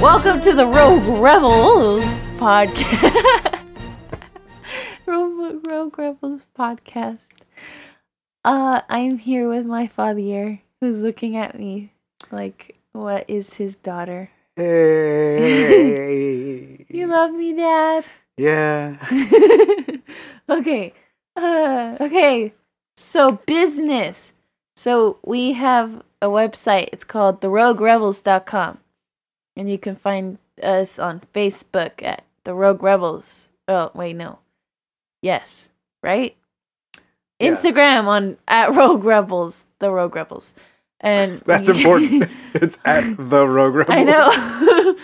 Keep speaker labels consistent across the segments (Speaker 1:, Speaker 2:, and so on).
Speaker 1: Welcome to the Rogue Rebels podcast. Rogue, Rogue Rebels podcast. Uh, I'm here with my father, who's looking at me like, "What is his daughter?"
Speaker 2: Hey.
Speaker 1: You love me, Dad.
Speaker 2: yeah.
Speaker 1: okay. Uh, okay. So business. So we have a website. It's called theroguerebels.com. And you can find us on Facebook at the Rogue Rebels. Oh, wait, no. Yes, right?
Speaker 2: Yeah.
Speaker 1: Instagram on at Rogue Rebels, the Rogue Rebels. And
Speaker 2: That's
Speaker 1: we-
Speaker 2: important. it's at the Rogue Rebel.
Speaker 1: I know. uh,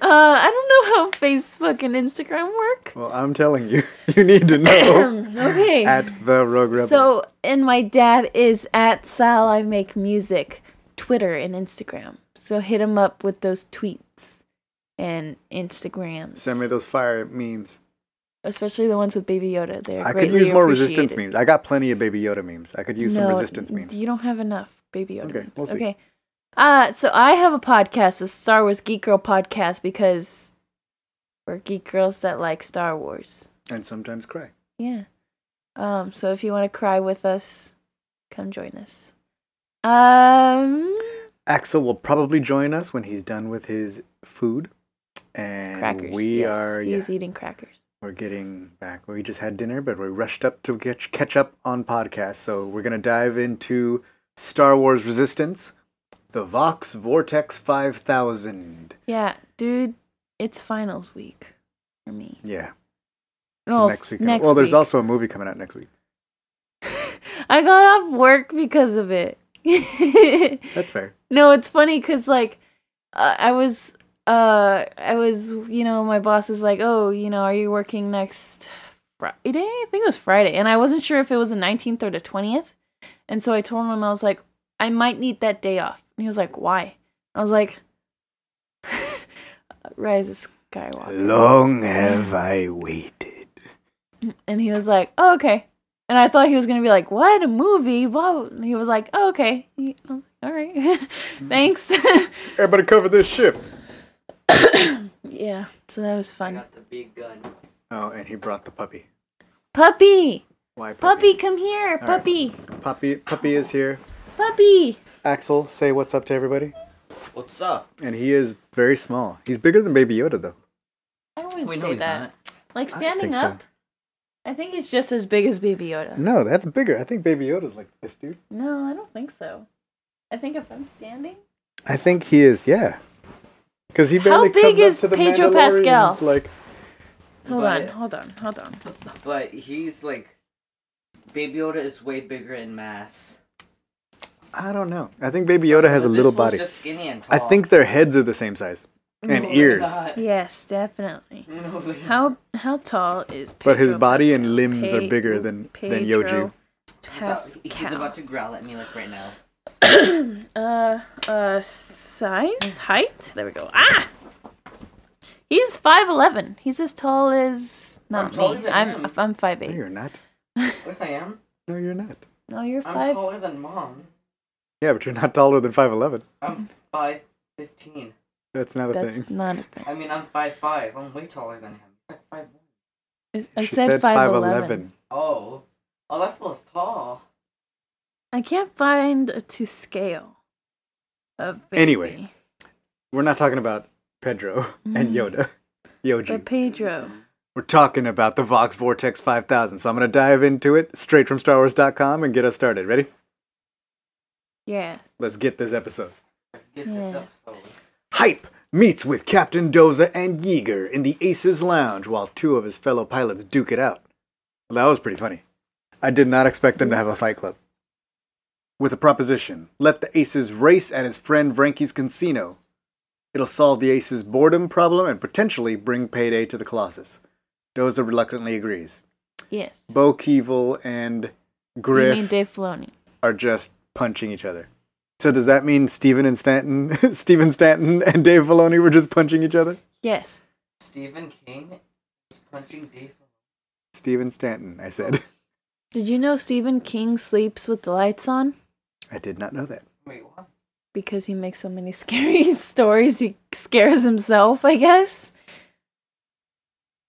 Speaker 1: I don't know how Facebook and Instagram work.
Speaker 2: Well, I'm telling you, you need to know.
Speaker 1: okay.
Speaker 2: At the Rogue Rebels.
Speaker 1: So, and my dad is at Sal I Make Music, Twitter and Instagram. So hit him up with those tweets and Instagrams.
Speaker 2: send me those fire memes.
Speaker 1: Especially the ones with Baby Yoda. They're
Speaker 2: I could use more resistance memes. I got plenty of Baby Yoda memes. I could use some resistance memes.
Speaker 1: You don't have enough Baby Yoda
Speaker 2: Okay,
Speaker 1: memes.
Speaker 2: we'll see.
Speaker 1: okay. Uh, so I have a podcast, a Star Wars Geek Girl podcast, because we're geek girls that like Star Wars.
Speaker 2: and sometimes cry.
Speaker 1: Yeah. Um, so if you want to cry with us, come join us. Um
Speaker 2: Axel will probably join us when he's done with his food. And
Speaker 1: crackers.
Speaker 2: we
Speaker 1: yes.
Speaker 2: are yeah,
Speaker 1: he's eating crackers.
Speaker 2: we're getting back. We just had dinner, but we rushed up to get, catch up on podcasts. So we're gonna dive into Star Wars Resistance, the Vox Vortex Five Thousand.
Speaker 1: Yeah, dude, it's finals week for me.
Speaker 2: Yeah.
Speaker 1: Well,
Speaker 2: next week.
Speaker 1: next
Speaker 2: well, there's
Speaker 1: week.
Speaker 2: also a movie coming out next week.
Speaker 1: I got off work because of it.
Speaker 2: That's fair.
Speaker 1: no, it's funny cuz like uh, I was uh I was, you know, my boss is like, "Oh, you know, are you working next Friday?" I think it was Friday, and I wasn't sure if it was the 19th or the 20th. And so I told him I was like, I might need that day off. And he was like, Why? I was like, Rise of Skywalker.
Speaker 2: Long have I waited.
Speaker 1: And he was like, oh, okay. And I thought he was going to be like, what? A movie? Wow. And he was like, oh, okay. He- I'm like, All right. Thanks.
Speaker 2: Everybody cover this shift.
Speaker 1: yeah. So that was
Speaker 3: I
Speaker 1: fun.
Speaker 3: got the big gun.
Speaker 2: Oh, and he brought the puppy.
Speaker 1: Puppy.
Speaker 2: Why puppy?
Speaker 1: Puppy, come here.
Speaker 2: right.
Speaker 1: Puppy.
Speaker 2: Puppy, puppy is here.
Speaker 1: Puppy.
Speaker 2: Axel, say what's up to everybody.
Speaker 3: What's up?
Speaker 2: And he is very small. He's bigger than Baby Yoda, though.
Speaker 1: I wouldn't
Speaker 3: Wait, no,
Speaker 1: say
Speaker 3: he's
Speaker 1: that.
Speaker 3: not.
Speaker 1: Like
Speaker 2: don't
Speaker 1: standing
Speaker 2: think so.
Speaker 1: up, I think he's just as big as Baby Yoda.
Speaker 2: No, that's bigger. I think Baby Yoda's like this, dude.
Speaker 1: No, I don't think so. I think if I'm standing,
Speaker 2: I think he is, yeah. Because he
Speaker 1: How
Speaker 2: barely
Speaker 1: big
Speaker 2: comes up
Speaker 1: is
Speaker 2: to the
Speaker 1: Pedro
Speaker 2: Mandalorians,
Speaker 1: Pascal?
Speaker 2: Like,
Speaker 1: hold
Speaker 3: But-
Speaker 1: on, hold on, hold on.
Speaker 3: But he's like, Baby Yoda is way bigger in mass.
Speaker 2: I don't know. I think Baby Yoda has a
Speaker 3: But
Speaker 2: little
Speaker 3: this fool's
Speaker 2: body.
Speaker 3: Just skinny and
Speaker 2: I
Speaker 3: tall.
Speaker 2: think their heads are the same size and
Speaker 3: No, they're
Speaker 2: ears,
Speaker 3: not.
Speaker 1: Yes, definitely.
Speaker 3: No, they're not.
Speaker 1: How how tall is?
Speaker 2: Mm. but his
Speaker 1: Pedro
Speaker 2: body
Speaker 1: Pascal?
Speaker 2: and limbs are
Speaker 1: Pe-
Speaker 2: bigger than than
Speaker 1: Pedro
Speaker 2: Yoju.
Speaker 3: He's out- He's
Speaker 1: Pascal.
Speaker 3: about to growl at me like right now.
Speaker 1: Uh, uh, size, height. There we go. Ah, he's five eleven. He's as tall as
Speaker 3: I'm
Speaker 1: not
Speaker 3: taller
Speaker 1: me.
Speaker 3: than
Speaker 1: I'm
Speaker 3: him.
Speaker 1: I'm five
Speaker 2: No,
Speaker 1: eight.
Speaker 2: you're not.
Speaker 3: Yes, I am.
Speaker 2: No, you're not.
Speaker 1: No, you're
Speaker 3: I'm
Speaker 1: five.
Speaker 3: taller than mom.
Speaker 2: Yeah, but you're not taller than five eleven.
Speaker 3: I'm five fifteen.
Speaker 2: That's not a
Speaker 1: That's
Speaker 2: thing.
Speaker 1: not a thing.
Speaker 3: I mean, I'm five five. I'm way taller than him. He's like five.
Speaker 1: I, I
Speaker 2: she
Speaker 1: said five eleven.
Speaker 3: Oh, oh, that fool's tall.
Speaker 1: I can't find a to scale. Of baby.
Speaker 2: Anyway. We're not talking about Pedro and Yoda, Yoju.
Speaker 1: Mm-hmm. but Pedro.
Speaker 2: We're talking about the Vox Vortex 5000, so I'm going to dive into it straight from StarWars.com and get us started. Ready?
Speaker 1: Yeah.
Speaker 2: Let's get this episode.
Speaker 3: Let's get this
Speaker 1: Yeah.
Speaker 3: up slowly.
Speaker 2: Hype meets with Captain Doza and Yeager in the Aces Lounge while two of his fellow pilots duke it out. Well, that was pretty funny. I did not expect them to have a fight club. With a proposition, let the Aces race at his friend Frankie's casino. It'll solve the Aces' boredom problem and potentially bring payday to the Colossus. Doza reluctantly agrees.
Speaker 1: Yes.
Speaker 2: Bo Keevil and
Speaker 1: You mean
Speaker 2: Griff
Speaker 1: Dave Filoni?
Speaker 2: are just punching each other. So does that mean Steven and Stanton, Steven Stanton and Dave Filoni were just punching each other?
Speaker 1: Yes.
Speaker 3: Stephen King is punching Dave.
Speaker 2: Steven Stanton, I said.
Speaker 1: Did you know Stephen King sleeps with the lights on?
Speaker 2: I did not know that.
Speaker 3: Wait, what?
Speaker 1: Because he makes so many scary stories, he scares himself, I guess.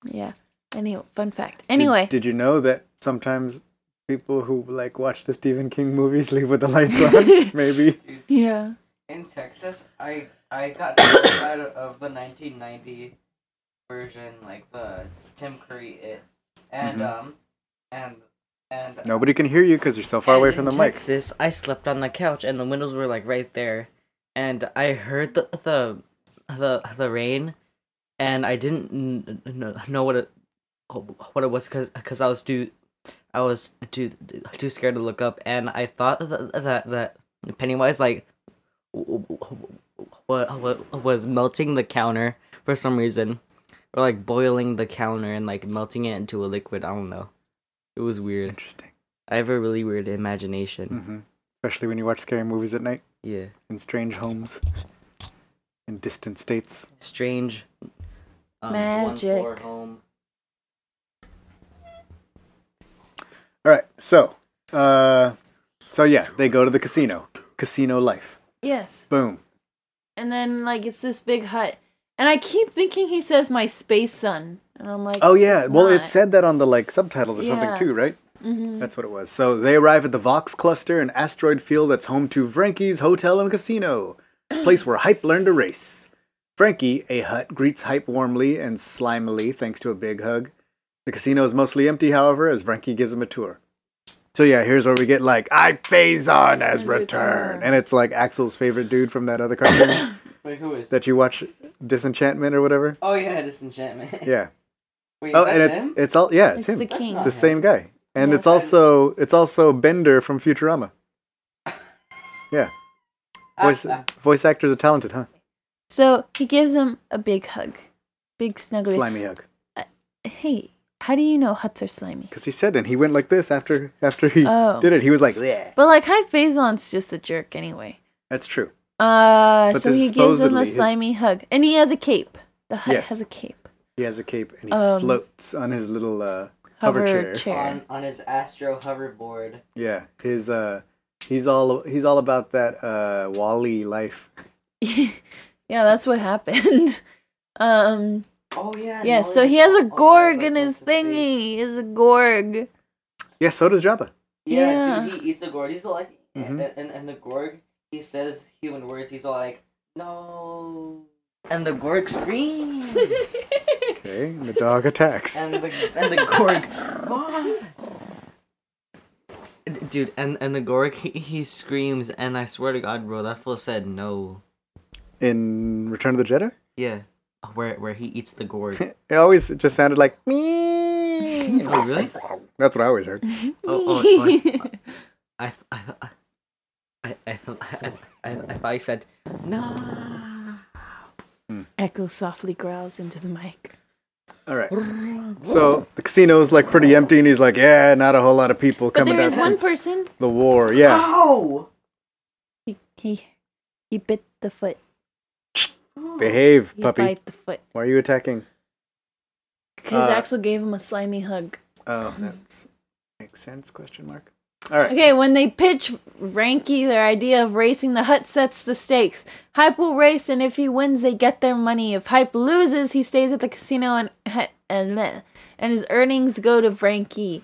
Speaker 1: Yeah. Anyway, fun fact.
Speaker 2: Did-
Speaker 1: Anyway,
Speaker 2: did, you know that sometimes people who like watch the Stephen King movies leave with the lights on? Maybe.
Speaker 1: yeah.
Speaker 3: In Texas, I I got terrified of the 1990 version, like the Tim Curry it, and um, and and
Speaker 2: Nobody can hear you because you're so far away
Speaker 3: And
Speaker 2: from
Speaker 3: in
Speaker 2: the mic.
Speaker 3: Texas, I slept on the couch and the windows were like right there, and I heard the the the, the rain, and I didn't kn- kn- know what it what it was because I was too I was too too scared to look up, and I thought that that, that Pennywise like w- w- w- was melting the counter for some reason, or like boiling the counter and like melting it into a liquid. I don't know. It was weird.
Speaker 2: Interesting.
Speaker 3: I have a really weird imagination.
Speaker 2: hmm Especially when you watch scary movies at night
Speaker 3: Yeah.
Speaker 2: in strange homes, in distant states.
Speaker 3: Strange. Um, One floor
Speaker 1: Magic.
Speaker 3: home.
Speaker 2: All right. So, uh, so yeah, they go to the casino. Casino life.
Speaker 1: Yes.
Speaker 2: Boom.
Speaker 1: And then, like, it's this big hut. And I keep thinking he says, my space son. And I'm like,
Speaker 2: Oh yeah.
Speaker 1: it's
Speaker 2: well, it
Speaker 1: not.
Speaker 2: said that on the like subtitles or
Speaker 1: Yeah.
Speaker 2: something too, right?
Speaker 1: Mhm.
Speaker 2: That's what it was. So they arrive at the Vox Cluster, an asteroid field that's home to Frankie's Hotel and Casino, a place where Hype learned to race. Frankie, a hut, greets Hype warmly and slimily thanks to a big hug. The casino is mostly empty, however, as Frankie gives him a tour. So yeah, here's where we get like I Phazon has
Speaker 1: Has
Speaker 2: returned,
Speaker 1: returned.
Speaker 2: and it's like Axel's favorite dude from that other cartoon
Speaker 3: Wait, who is?
Speaker 2: that you watch, Disenchantment or whatever.
Speaker 3: oh yeah, Disenchantment.
Speaker 2: Yeah.
Speaker 3: Wait,
Speaker 2: Oh,
Speaker 3: is
Speaker 2: and
Speaker 3: that
Speaker 2: it's
Speaker 3: him?
Speaker 2: it's all yeah,
Speaker 1: It's
Speaker 2: it's, him,
Speaker 1: the king.
Speaker 2: the
Speaker 3: not-
Speaker 2: same guy, and
Speaker 1: Yeah.
Speaker 2: it's also it's also Bender from Futurama. Yeah. voice
Speaker 3: Ah,
Speaker 2: voice actors are talented, huh?
Speaker 1: So he gives him a big hug. Big snuggly.
Speaker 2: Slimy hug.
Speaker 1: Hey, how do you know huts are slimy?
Speaker 2: Because he said it. He went like this after after he
Speaker 1: Oh.
Speaker 2: did it. He was like, yeah.
Speaker 1: But, like, High Phazon's just a jerk anyway.
Speaker 2: That's true.
Speaker 1: Uh,
Speaker 2: But
Speaker 1: so
Speaker 2: this
Speaker 1: he gives him
Speaker 2: supposedly
Speaker 1: a
Speaker 2: is-
Speaker 1: slimy hug, and he has a cape. The hut
Speaker 2: Yes.
Speaker 1: has a cape.
Speaker 2: He has a cape and he
Speaker 1: Um,
Speaker 2: floats on his little uh, hover, chair.
Speaker 3: on on his Astro hoverboard.
Speaker 2: Yeah, his uh, he's all he's all about that uh, Wally life.
Speaker 1: yeah, that's what happened. um,
Speaker 3: Oh yeah.
Speaker 1: yeah.
Speaker 3: no,
Speaker 1: So
Speaker 3: it's-
Speaker 1: he has
Speaker 3: oh,
Speaker 1: a
Speaker 3: yeah,
Speaker 1: gorg
Speaker 3: that's
Speaker 1: in his
Speaker 3: supposed to be-
Speaker 1: thingy. Is a gorg.
Speaker 2: Yeah, so does Jabba.
Speaker 3: Yeah, dude, he eats a gorg. He's all like,
Speaker 2: Mhm.
Speaker 3: and, and and the gorg, he says human words. He's all like, no. And the gorg screams.
Speaker 2: Okay, and the dog attacks.
Speaker 3: and the and the gorg dude and and the gorg he, he screams and i swear to god bro that fool said no
Speaker 2: In Return of the Jedi,
Speaker 3: yeah where where he eats the gorg
Speaker 2: it always just sounded like me.
Speaker 3: oh really
Speaker 2: That's what I always heard.
Speaker 3: oh, oh, oh. i i i i thought I, I, I thought he said no
Speaker 1: Echo softly growls into the mic.
Speaker 2: All right. So the casino's like pretty empty, and he's like, "Yeah, not a whole lot of people
Speaker 1: But
Speaker 2: coming
Speaker 1: there
Speaker 2: down
Speaker 1: is one
Speaker 2: since
Speaker 1: person.
Speaker 2: the war." Yeah.
Speaker 3: Ow!
Speaker 1: He he he bit the foot.
Speaker 2: Behave,
Speaker 1: He
Speaker 2: puppy.
Speaker 1: bite the foot
Speaker 2: Why are you attacking?
Speaker 1: because
Speaker 2: Uh,
Speaker 1: Axel gave him a slimy hug.
Speaker 2: Oh, that's makes sense? Question mark. All right.
Speaker 1: Mm-hmm. Okay, when they pitch Ranky their idea of racing, the hut sets the stakes. Hype will race, and if he wins, they get their money. If Hype loses, he stays at the casino and Hy- and meh, and his earnings go to Ranky.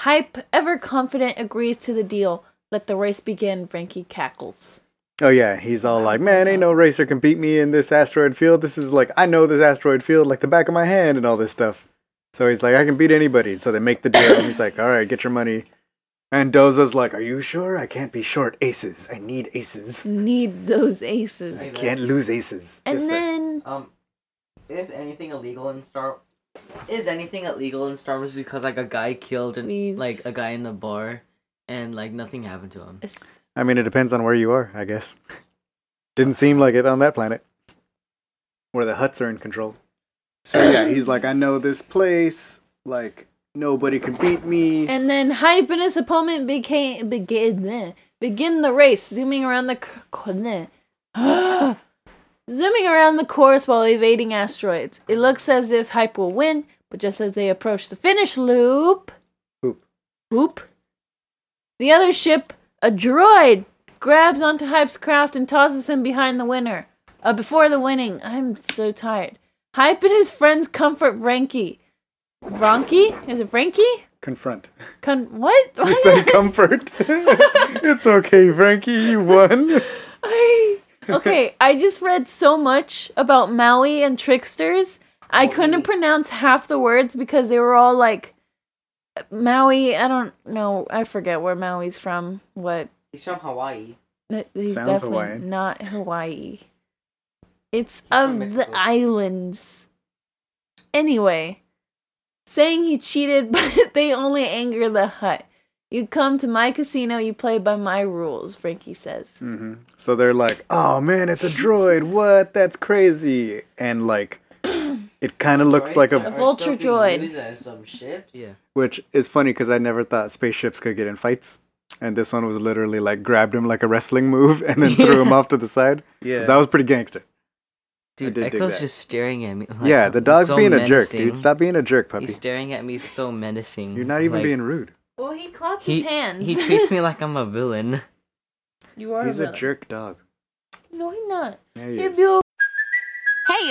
Speaker 1: Hype, ever confident, agrees to the deal. Let the race begin. Ranky cackles.
Speaker 2: Oh yeah, he's all like, "Man, ain't no racer can beat me in this asteroid field. This is like I know this asteroid field like the back of my hand and all this stuff." So he's like, "I can beat anybody." So they make the deal. and he's like, "All right, get your money." And Doza's like, "Are you sure? I can't be short aces. I need aces.
Speaker 1: Need those aces.
Speaker 2: I can't lose aces."
Speaker 1: And
Speaker 2: Yes, sir.
Speaker 1: then
Speaker 3: um is anything illegal in star is anything illegal in star wars because like a guy killed and
Speaker 1: We've-
Speaker 3: like a guy in the bar and like nothing happened to him
Speaker 1: it's-
Speaker 2: I mean, it depends on where you are, I guess. Didn't seem like it on that planet, where the huts are in control. So yeah, he's like, I know this place. Like nobody can beat me.
Speaker 1: and then Hype and his opponent became begin meh, Begin the race, zooming around the cor- zooming around the course while evading asteroids. It looks as if Hype will win, but just as they approach the finish loop,
Speaker 2: Hoop.
Speaker 1: Whoop. The other ship, a droid, grabs onto Hype's craft and tosses him behind the winner. Uh, before the winning, I'm so tired. Hype and his friends comfort Frankie. Frankie? Is it Frankie?
Speaker 2: Confront.
Speaker 1: Con- what? Why
Speaker 2: You
Speaker 1: did
Speaker 2: said
Speaker 1: I-
Speaker 2: comfort. it's okay, Frankie. You won.
Speaker 1: I- okay, I just read so much about Maui and tricksters. I couldn't pronounce half the words because they were all like Maui. I don't know. I forget where Maui's from. What?
Speaker 3: He's from Hawaii.
Speaker 1: Th- He's
Speaker 2: Sounds
Speaker 1: definitely
Speaker 2: Hawaiian.
Speaker 1: not Hawaii. It's
Speaker 3: from
Speaker 1: of the
Speaker 3: Mexico.
Speaker 1: islands. Anyway, saying he cheated, but they only anger the hut. You come to my casino, you play by my rules, Frankie says.
Speaker 2: hmm So they're like, "Oh man, it's a droid! What? That's crazy!" And like, it kind of looks like
Speaker 1: are-
Speaker 2: a,
Speaker 1: vulture droid.
Speaker 4: Some ships.
Speaker 3: Yeah.
Speaker 2: which is funny because I never thought spaceships could get in fights, and this one was literally like grabbed him like a wrestling move and then threw him off to the side. So
Speaker 3: Yeah.
Speaker 2: that was pretty gangster.
Speaker 3: Dude,
Speaker 2: did dig
Speaker 3: Echo's
Speaker 2: that.
Speaker 3: just staring at me. like, uh,
Speaker 2: yeah, the dog's
Speaker 3: so
Speaker 2: being a jerk,
Speaker 3: menacing.
Speaker 2: dude. Stop being a jerk, puppy.
Speaker 3: He's staring at me so menacing.
Speaker 2: You're not even
Speaker 3: like,
Speaker 2: being rude.
Speaker 1: Well, he clapped
Speaker 3: he,
Speaker 1: his hands.
Speaker 3: He treats me like I'm a villain.
Speaker 1: you are
Speaker 2: He's a
Speaker 1: villain.
Speaker 2: jerk dog.
Speaker 1: No, he's not.
Speaker 2: Yeah, he
Speaker 1: He'd
Speaker 2: is.
Speaker 1: be all-
Speaker 5: Hey,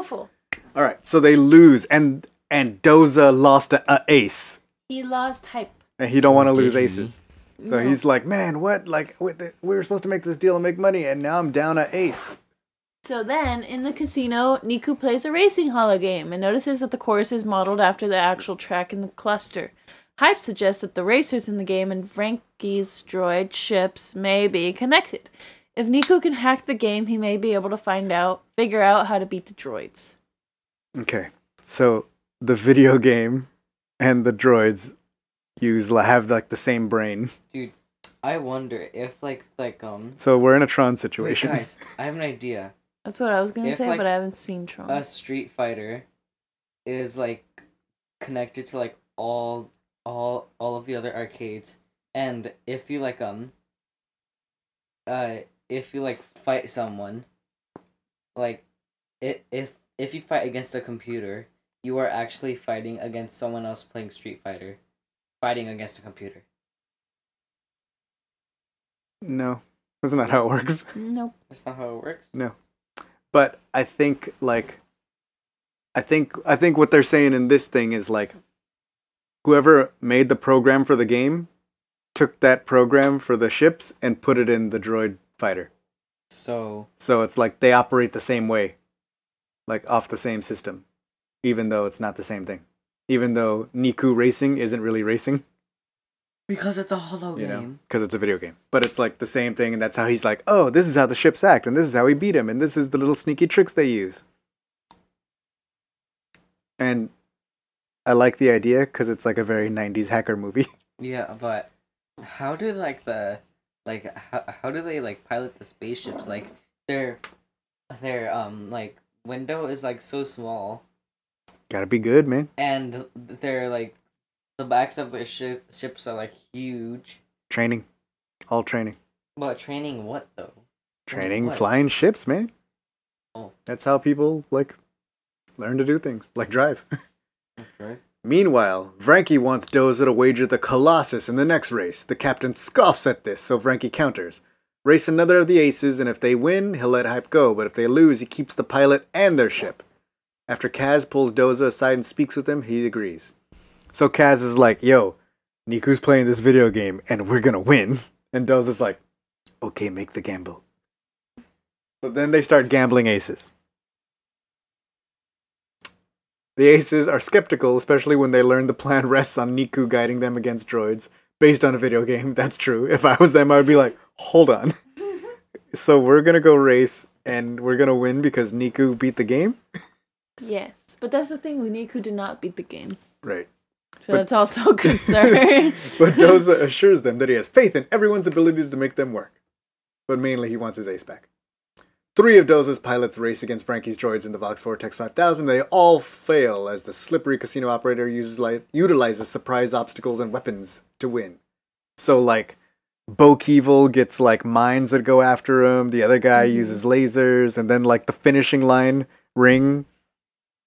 Speaker 1: awful.
Speaker 2: All right, so they lose, and and Doza lost a, a ace,
Speaker 1: He lost hype.
Speaker 2: and he don't want to lose
Speaker 3: Oh, did he?
Speaker 2: aces. So he's like, man, what? Like, what the- we were supposed to make this deal and make money, and now I'm down a ace.
Speaker 1: So then, in the casino, Niku plays a racing hollow game and notices that the course is modeled after the actual track in the cluster. Hype suggests that the racers in the game and Frankie's droid ships may be connected. If Niku can hack the game, he may be able to find out, figure out how to beat the droids.
Speaker 2: Okay, so the video game and the droids use li- have like the same brain.
Speaker 3: Dude, I wonder if like like um
Speaker 2: So we're in a Tron
Speaker 3: wait,
Speaker 2: situation.
Speaker 3: guys, I have an idea.
Speaker 1: That's what I was gonna
Speaker 3: If,
Speaker 1: say,
Speaker 3: like,
Speaker 1: but I haven't seen
Speaker 2: Uh-huh.
Speaker 1: Tron.
Speaker 3: A Street Fighter is like connected to like all all all of the other arcades, and if you like um uh if you like fight someone, like if if if you fight against a computer, you are actually fighting against someone else playing Street Fighter, fighting against a computer.
Speaker 2: No, that's not how it works.
Speaker 1: nope.
Speaker 3: That's not how it works.
Speaker 2: No. But I think like I think I think what they're saying in this thing is like whoever made the program for the game took that program for the ships and put it in the droid fighter.
Speaker 3: So
Speaker 2: So it's like they operate the same way. Like off the same system. Even though it's not the same thing. Even though Niku racing isn't really racing,
Speaker 3: because it's a hollow
Speaker 2: you know,
Speaker 3: Oh, game.
Speaker 2: because it's a video game. But it's like the same thing, and that's how he's like, oh, this is how the ships act, and this is how we beat him, and this is the little sneaky tricks they use. And I like the idea because it's like a very 90s hacker movie.
Speaker 3: Yeah, but how do like the like how, how do they like pilot the spaceships? Like their their um like window is like so small,
Speaker 2: Gotta be good, man.
Speaker 3: and their like the backs of their ship ships are like huge.
Speaker 2: Training. All training.
Speaker 3: But training what though?
Speaker 2: Training
Speaker 3: Oh, what?
Speaker 2: flying ships, man.
Speaker 3: Oh.
Speaker 2: That's how people, like, learn to do things, like drive.
Speaker 3: Right.
Speaker 2: Meanwhile, Vranky wants Doza to wager the Colossus in the next race. The captain scoffs at this, so Vranky counters. Race another of the aces, and if they win, he'll let Hype go, but if they lose, he keeps the pilot and their ship. After Kaz pulls Doza aside and speaks with him, he agrees. So Kaz is like, yo, Niku's playing this video game, and we're gonna win. And Doza's like, okay, make the gamble. So then they start gambling aces. The Aces are skeptical, especially when they learn the plan rests on Niku guiding them against droids. Based on a video game, that's true. If I was them, I would be like, hold on. so we're gonna go race and we're gonna win because Niku beat the game.
Speaker 1: Yes, but that's the thing. Niku did not beat the game,
Speaker 2: Right.
Speaker 1: so
Speaker 2: But-
Speaker 1: that's also a concern.
Speaker 2: But Doza assures them that he has faith in everyone's abilities to make them work. But mainly he wants his ace back. Three of Doza's pilots race against Frankie's droids in the Vox Vortex 5000. They all fail as the slippery casino operator uses li- utilizes surprise obstacles and weapons to win. So, like, Bokeevil gets, like, mines that go after him. The other guy uses lasers. And then, like, the finishing line ring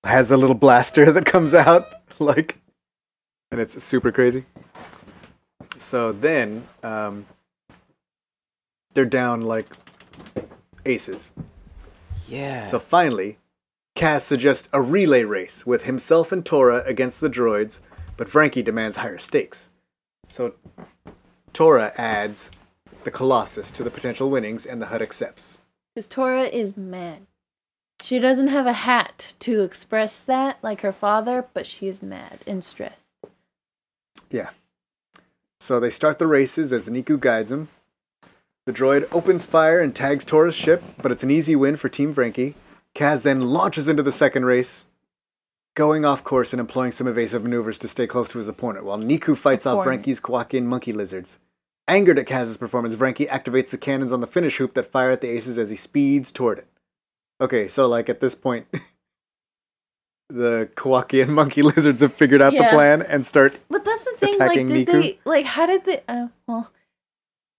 Speaker 2: has a little blaster that comes out. Like, and it's super crazy. So then um, they're down like aces.
Speaker 3: Yeah.
Speaker 2: So finally, Cass suggests a relay race with himself and Tora against the droids, but Frankie demands higher stakes. So Tora adds the Colossus to the potential winnings, and the HUD accepts.
Speaker 1: Because Tora is mad. She doesn't have a hat to express that like her father, but she is mad and stressed.
Speaker 2: Yeah. So they start the races as Niku guides him. The droid opens fire and tags Tora's ship, but it's an easy win for Team Frankie. Kaz then launches into the second race, going off course and employing some evasive maneuvers to stay close to his opponent, while Niku fights off
Speaker 1: Opponent.
Speaker 2: Frankie's Kwakin monkey lizards. Angered at Kaz's performance, Frankie activates the cannons on the finish hoop that fire at the aces as he speeds toward it. Okay, so like at this point, the Kwakian monkey lizards have figured out
Speaker 1: Yeah.
Speaker 2: the plan and start
Speaker 1: But that's the thing. Like,
Speaker 2: Attacking
Speaker 1: did
Speaker 2: Niku?
Speaker 1: they like? How did they? Uh, well,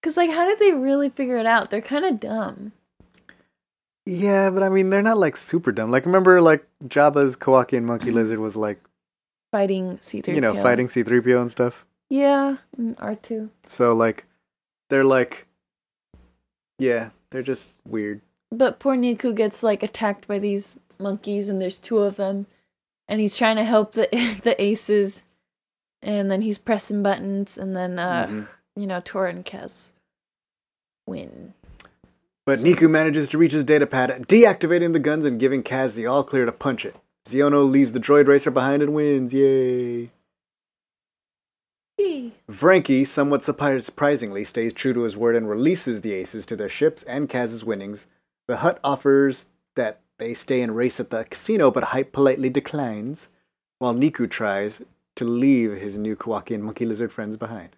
Speaker 1: because like, how did they really figure it out? They're kind of dumb.
Speaker 2: Yeah, but I mean, they're not like super dumb. Like, remember, like Jabba's Kowakian monkey lizard was like,
Speaker 1: Fighting C three.
Speaker 2: you know, fighting C-3PO and stuff.
Speaker 1: Yeah, and R two.
Speaker 2: So like, they're like, yeah, they're just weird.
Speaker 1: But poor Niku gets like attacked by these monkeys, and there's two of them, and he's trying to help the the aces, and then he's pressing buttons, and then uh,
Speaker 2: Mhm.
Speaker 1: you know, Tora and Kaz win.
Speaker 2: But Niku manages to reach his data pad, deactivating the guns and giving Kaz the all clear to punch it. Ziono leaves the droid racer behind and wins. Yay!
Speaker 1: Yay.
Speaker 2: Frankie, somewhat surpri- surprisingly, stays true to his word and releases the aces to their ships and Kaz's winnings. The hut offers that they stay and race at the casino, but Hype politely declines, while Niku tries to leave his new Kowakian monkey lizard friends behind.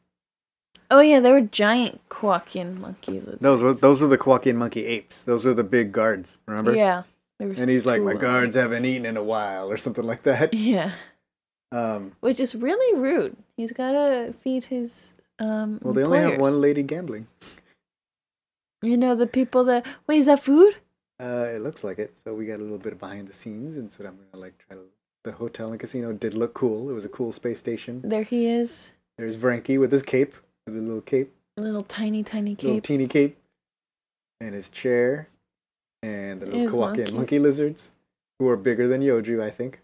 Speaker 1: Oh yeah, they were giant Kwakian monkey lizards.
Speaker 2: Those were those were the Kowakian monkey apes. Those were the big guards. Remember?
Speaker 1: Yeah. They were
Speaker 2: And he's like,
Speaker 1: two
Speaker 2: my
Speaker 1: of them."
Speaker 2: guards haven't eaten in a while, or something like that.
Speaker 1: Yeah.
Speaker 2: Um,
Speaker 1: Which is really rude. He's gotta feed his um
Speaker 2: well, they only have
Speaker 1: employers.
Speaker 2: one lady gambling.
Speaker 1: You know, the people that wait, is that food?
Speaker 2: Uh, it looks like it. So we got a little bit of behind the scenes, and so I'm gonna like try to. The hotel and casino did look cool. It was a cool space station.
Speaker 1: There he is.
Speaker 2: There's Vranky with his cape, with a little cape,
Speaker 1: Little tiny, tiny
Speaker 2: little
Speaker 1: cape.
Speaker 2: teeny cape, and his chair, and the little
Speaker 1: His
Speaker 2: Kowakian monkey
Speaker 1: monkeys.
Speaker 2: lizards, who are bigger than Yoju, I think.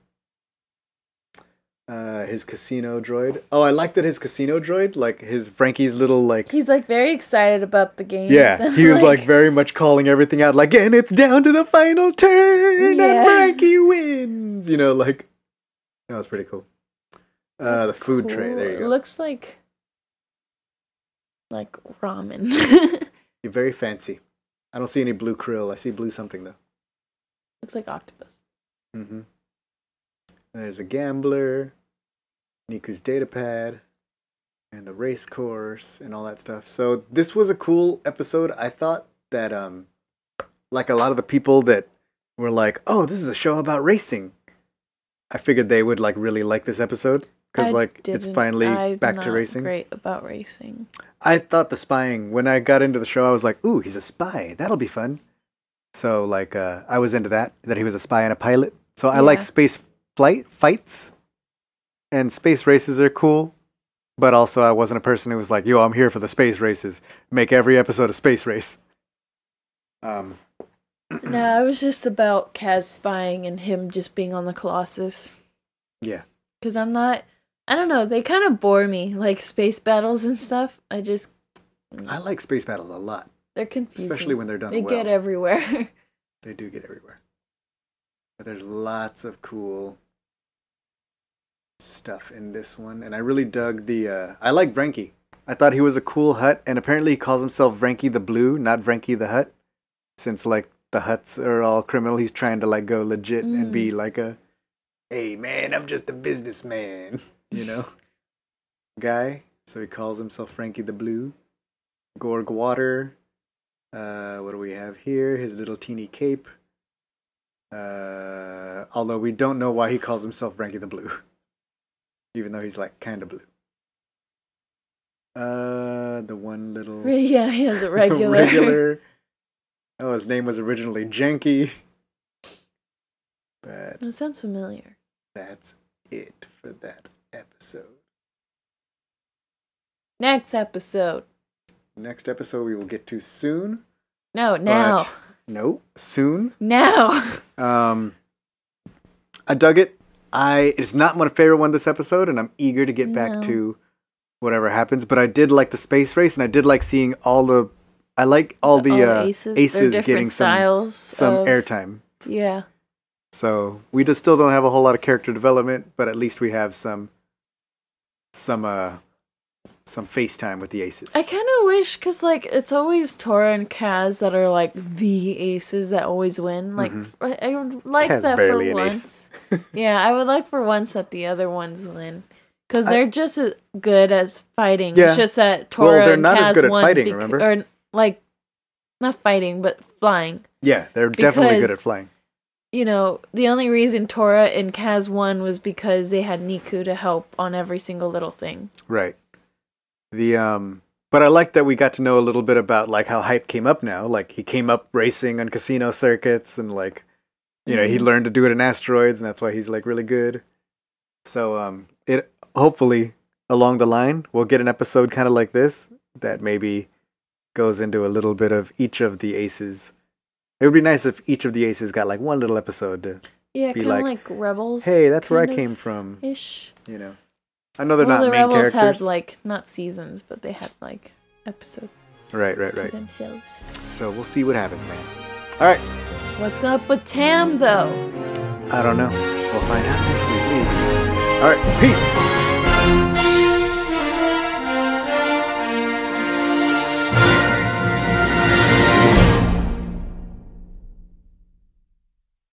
Speaker 2: Uh, his casino droid. Oh, I like that his casino droid, like his Frankie's little like.
Speaker 1: He's like very excited about the game.
Speaker 2: Yeah, he was like very much calling everything out, like, and it's down to the final turn, and
Speaker 1: Yeah.
Speaker 2: Frankie wins. You know, like that was pretty cool. Uh, the food tray. There you go.
Speaker 1: Looks like like ramen.
Speaker 2: You're very fancy. I don't see any blue krill. I see blue something though.
Speaker 1: looks like octopus.
Speaker 2: Mm-hmm. There's a gambler, Niku's data pad, and the race course and all that stuff. So this was a cool episode. I thought that um like a lot of the people that were like, "Oh, this is a show about racing." I figured they would like really like this episode
Speaker 1: I
Speaker 2: cuz like it's
Speaker 1: didn't-
Speaker 2: finally
Speaker 1: I'm
Speaker 2: back to
Speaker 1: not
Speaker 2: racing.
Speaker 1: Great about racing.
Speaker 2: I thought the spying when I got into the show, I was like, "Ooh, he's a spy. That'll be fun." So like, uh, I was into that that he was a spy and a pilot. So I like
Speaker 1: Yeah.
Speaker 2: space flight fights, and space races are cool. But also, I wasn't a person who was like, "Yo, I'm here for the space races. Make every episode a space race." Um,
Speaker 1: No, it was just about Kaz spying and him just being on the Colossus.
Speaker 2: yeah,
Speaker 1: Because I'm not, I don't know, they kind of bore me, like space battles and stuff. I just, mm,
Speaker 2: I like space battles a lot.
Speaker 1: they're confusing.
Speaker 2: Especially when they're done
Speaker 1: They
Speaker 2: well.
Speaker 1: get everywhere.
Speaker 2: They do get everywhere, but there's lots of cool stuff in this one, and I really dug the. Uh, I like Vranky. I thought he was a cool hut, and apparently he calls himself Vranky the Blue, not Vranky the Hut. since like the huts are all criminal. He's trying to like go legit and be like a, hey man, I'm just a businessman, you know, guy. So he calls himself Frankie the Blue, Gorg Water. Uh, what do we have here? His little teeny cape. Uh, although we don't know why he calls himself Frankie the Blue, even though he's like kind of blue. Uh, the one little
Speaker 1: Yeah, he has a regular.
Speaker 2: regular. Oh, his name was originally Janky. But
Speaker 1: That sounds familiar.
Speaker 2: that's it for that episode.
Speaker 1: Next episode.
Speaker 2: Next episode we will get to soon.
Speaker 1: No, now.
Speaker 2: But no, soon.
Speaker 1: Now.
Speaker 2: Um, I dug it. I it's not my favorite one this episode, and I'm eager to get
Speaker 1: No.
Speaker 2: back to whatever happens. But I did like the space race, and I did like seeing all the. I like all the, uh, aces,
Speaker 1: They're different
Speaker 2: getting some
Speaker 1: styles
Speaker 2: some
Speaker 1: of-
Speaker 2: airtime.
Speaker 1: Yeah.
Speaker 2: So we just still don't have a whole lot of character development, but at least we have some some uh some FaceTime with the aces.
Speaker 1: I kind of wish, because, like, it's always Tora and Kaz that are, like, the aces that always win. Like, I, I would like
Speaker 2: Mm-hmm. Kaz
Speaker 1: that
Speaker 2: barely
Speaker 1: for
Speaker 2: an
Speaker 1: once.
Speaker 2: ace.
Speaker 1: yeah, I would like for once that the other ones win. Because they're just as good as fighting.
Speaker 2: Yeah.
Speaker 1: It's just that Tora
Speaker 2: Well, they're
Speaker 1: and
Speaker 2: not as
Speaker 1: Kaz
Speaker 2: good at
Speaker 1: won
Speaker 2: fighting,
Speaker 1: bec-
Speaker 2: remember?
Speaker 1: Or, like, not fighting, but flying.
Speaker 2: yeah, they're definitely good at
Speaker 1: Because-
Speaker 2: flying.
Speaker 1: you know, the only reason Tora and Kaz won was because they had Niku to help on every single little thing.
Speaker 2: Right. The um but I like that we got to know a little bit about like how hype came up now. Like he came up racing on casino circuits and like you know, he
Speaker 1: Mm-hmm.
Speaker 2: learned to do it in asteroids and that's why he's like really good. So um it hopefully along the line we'll get an episode kind of like this that maybe goes into a little bit of each of the aces. It would be nice if each of the aces got like one little episode to
Speaker 1: Yeah,
Speaker 2: Be
Speaker 1: kind of like,
Speaker 2: like,
Speaker 1: Rebels.
Speaker 2: hey, that's where I
Speaker 1: kind of
Speaker 2: came from,
Speaker 1: Ish.
Speaker 2: you know. I know they're
Speaker 1: well,
Speaker 2: not
Speaker 1: the
Speaker 2: main
Speaker 1: Rebels
Speaker 2: characters.
Speaker 1: had like not seasons, but they had like episodes
Speaker 2: right, right,
Speaker 1: to
Speaker 2: right.
Speaker 1: themselves.
Speaker 2: So we'll see what happens, man. All right.
Speaker 1: What's up with Tam though?
Speaker 2: I don't know. We'll find out next week. All right. Peace.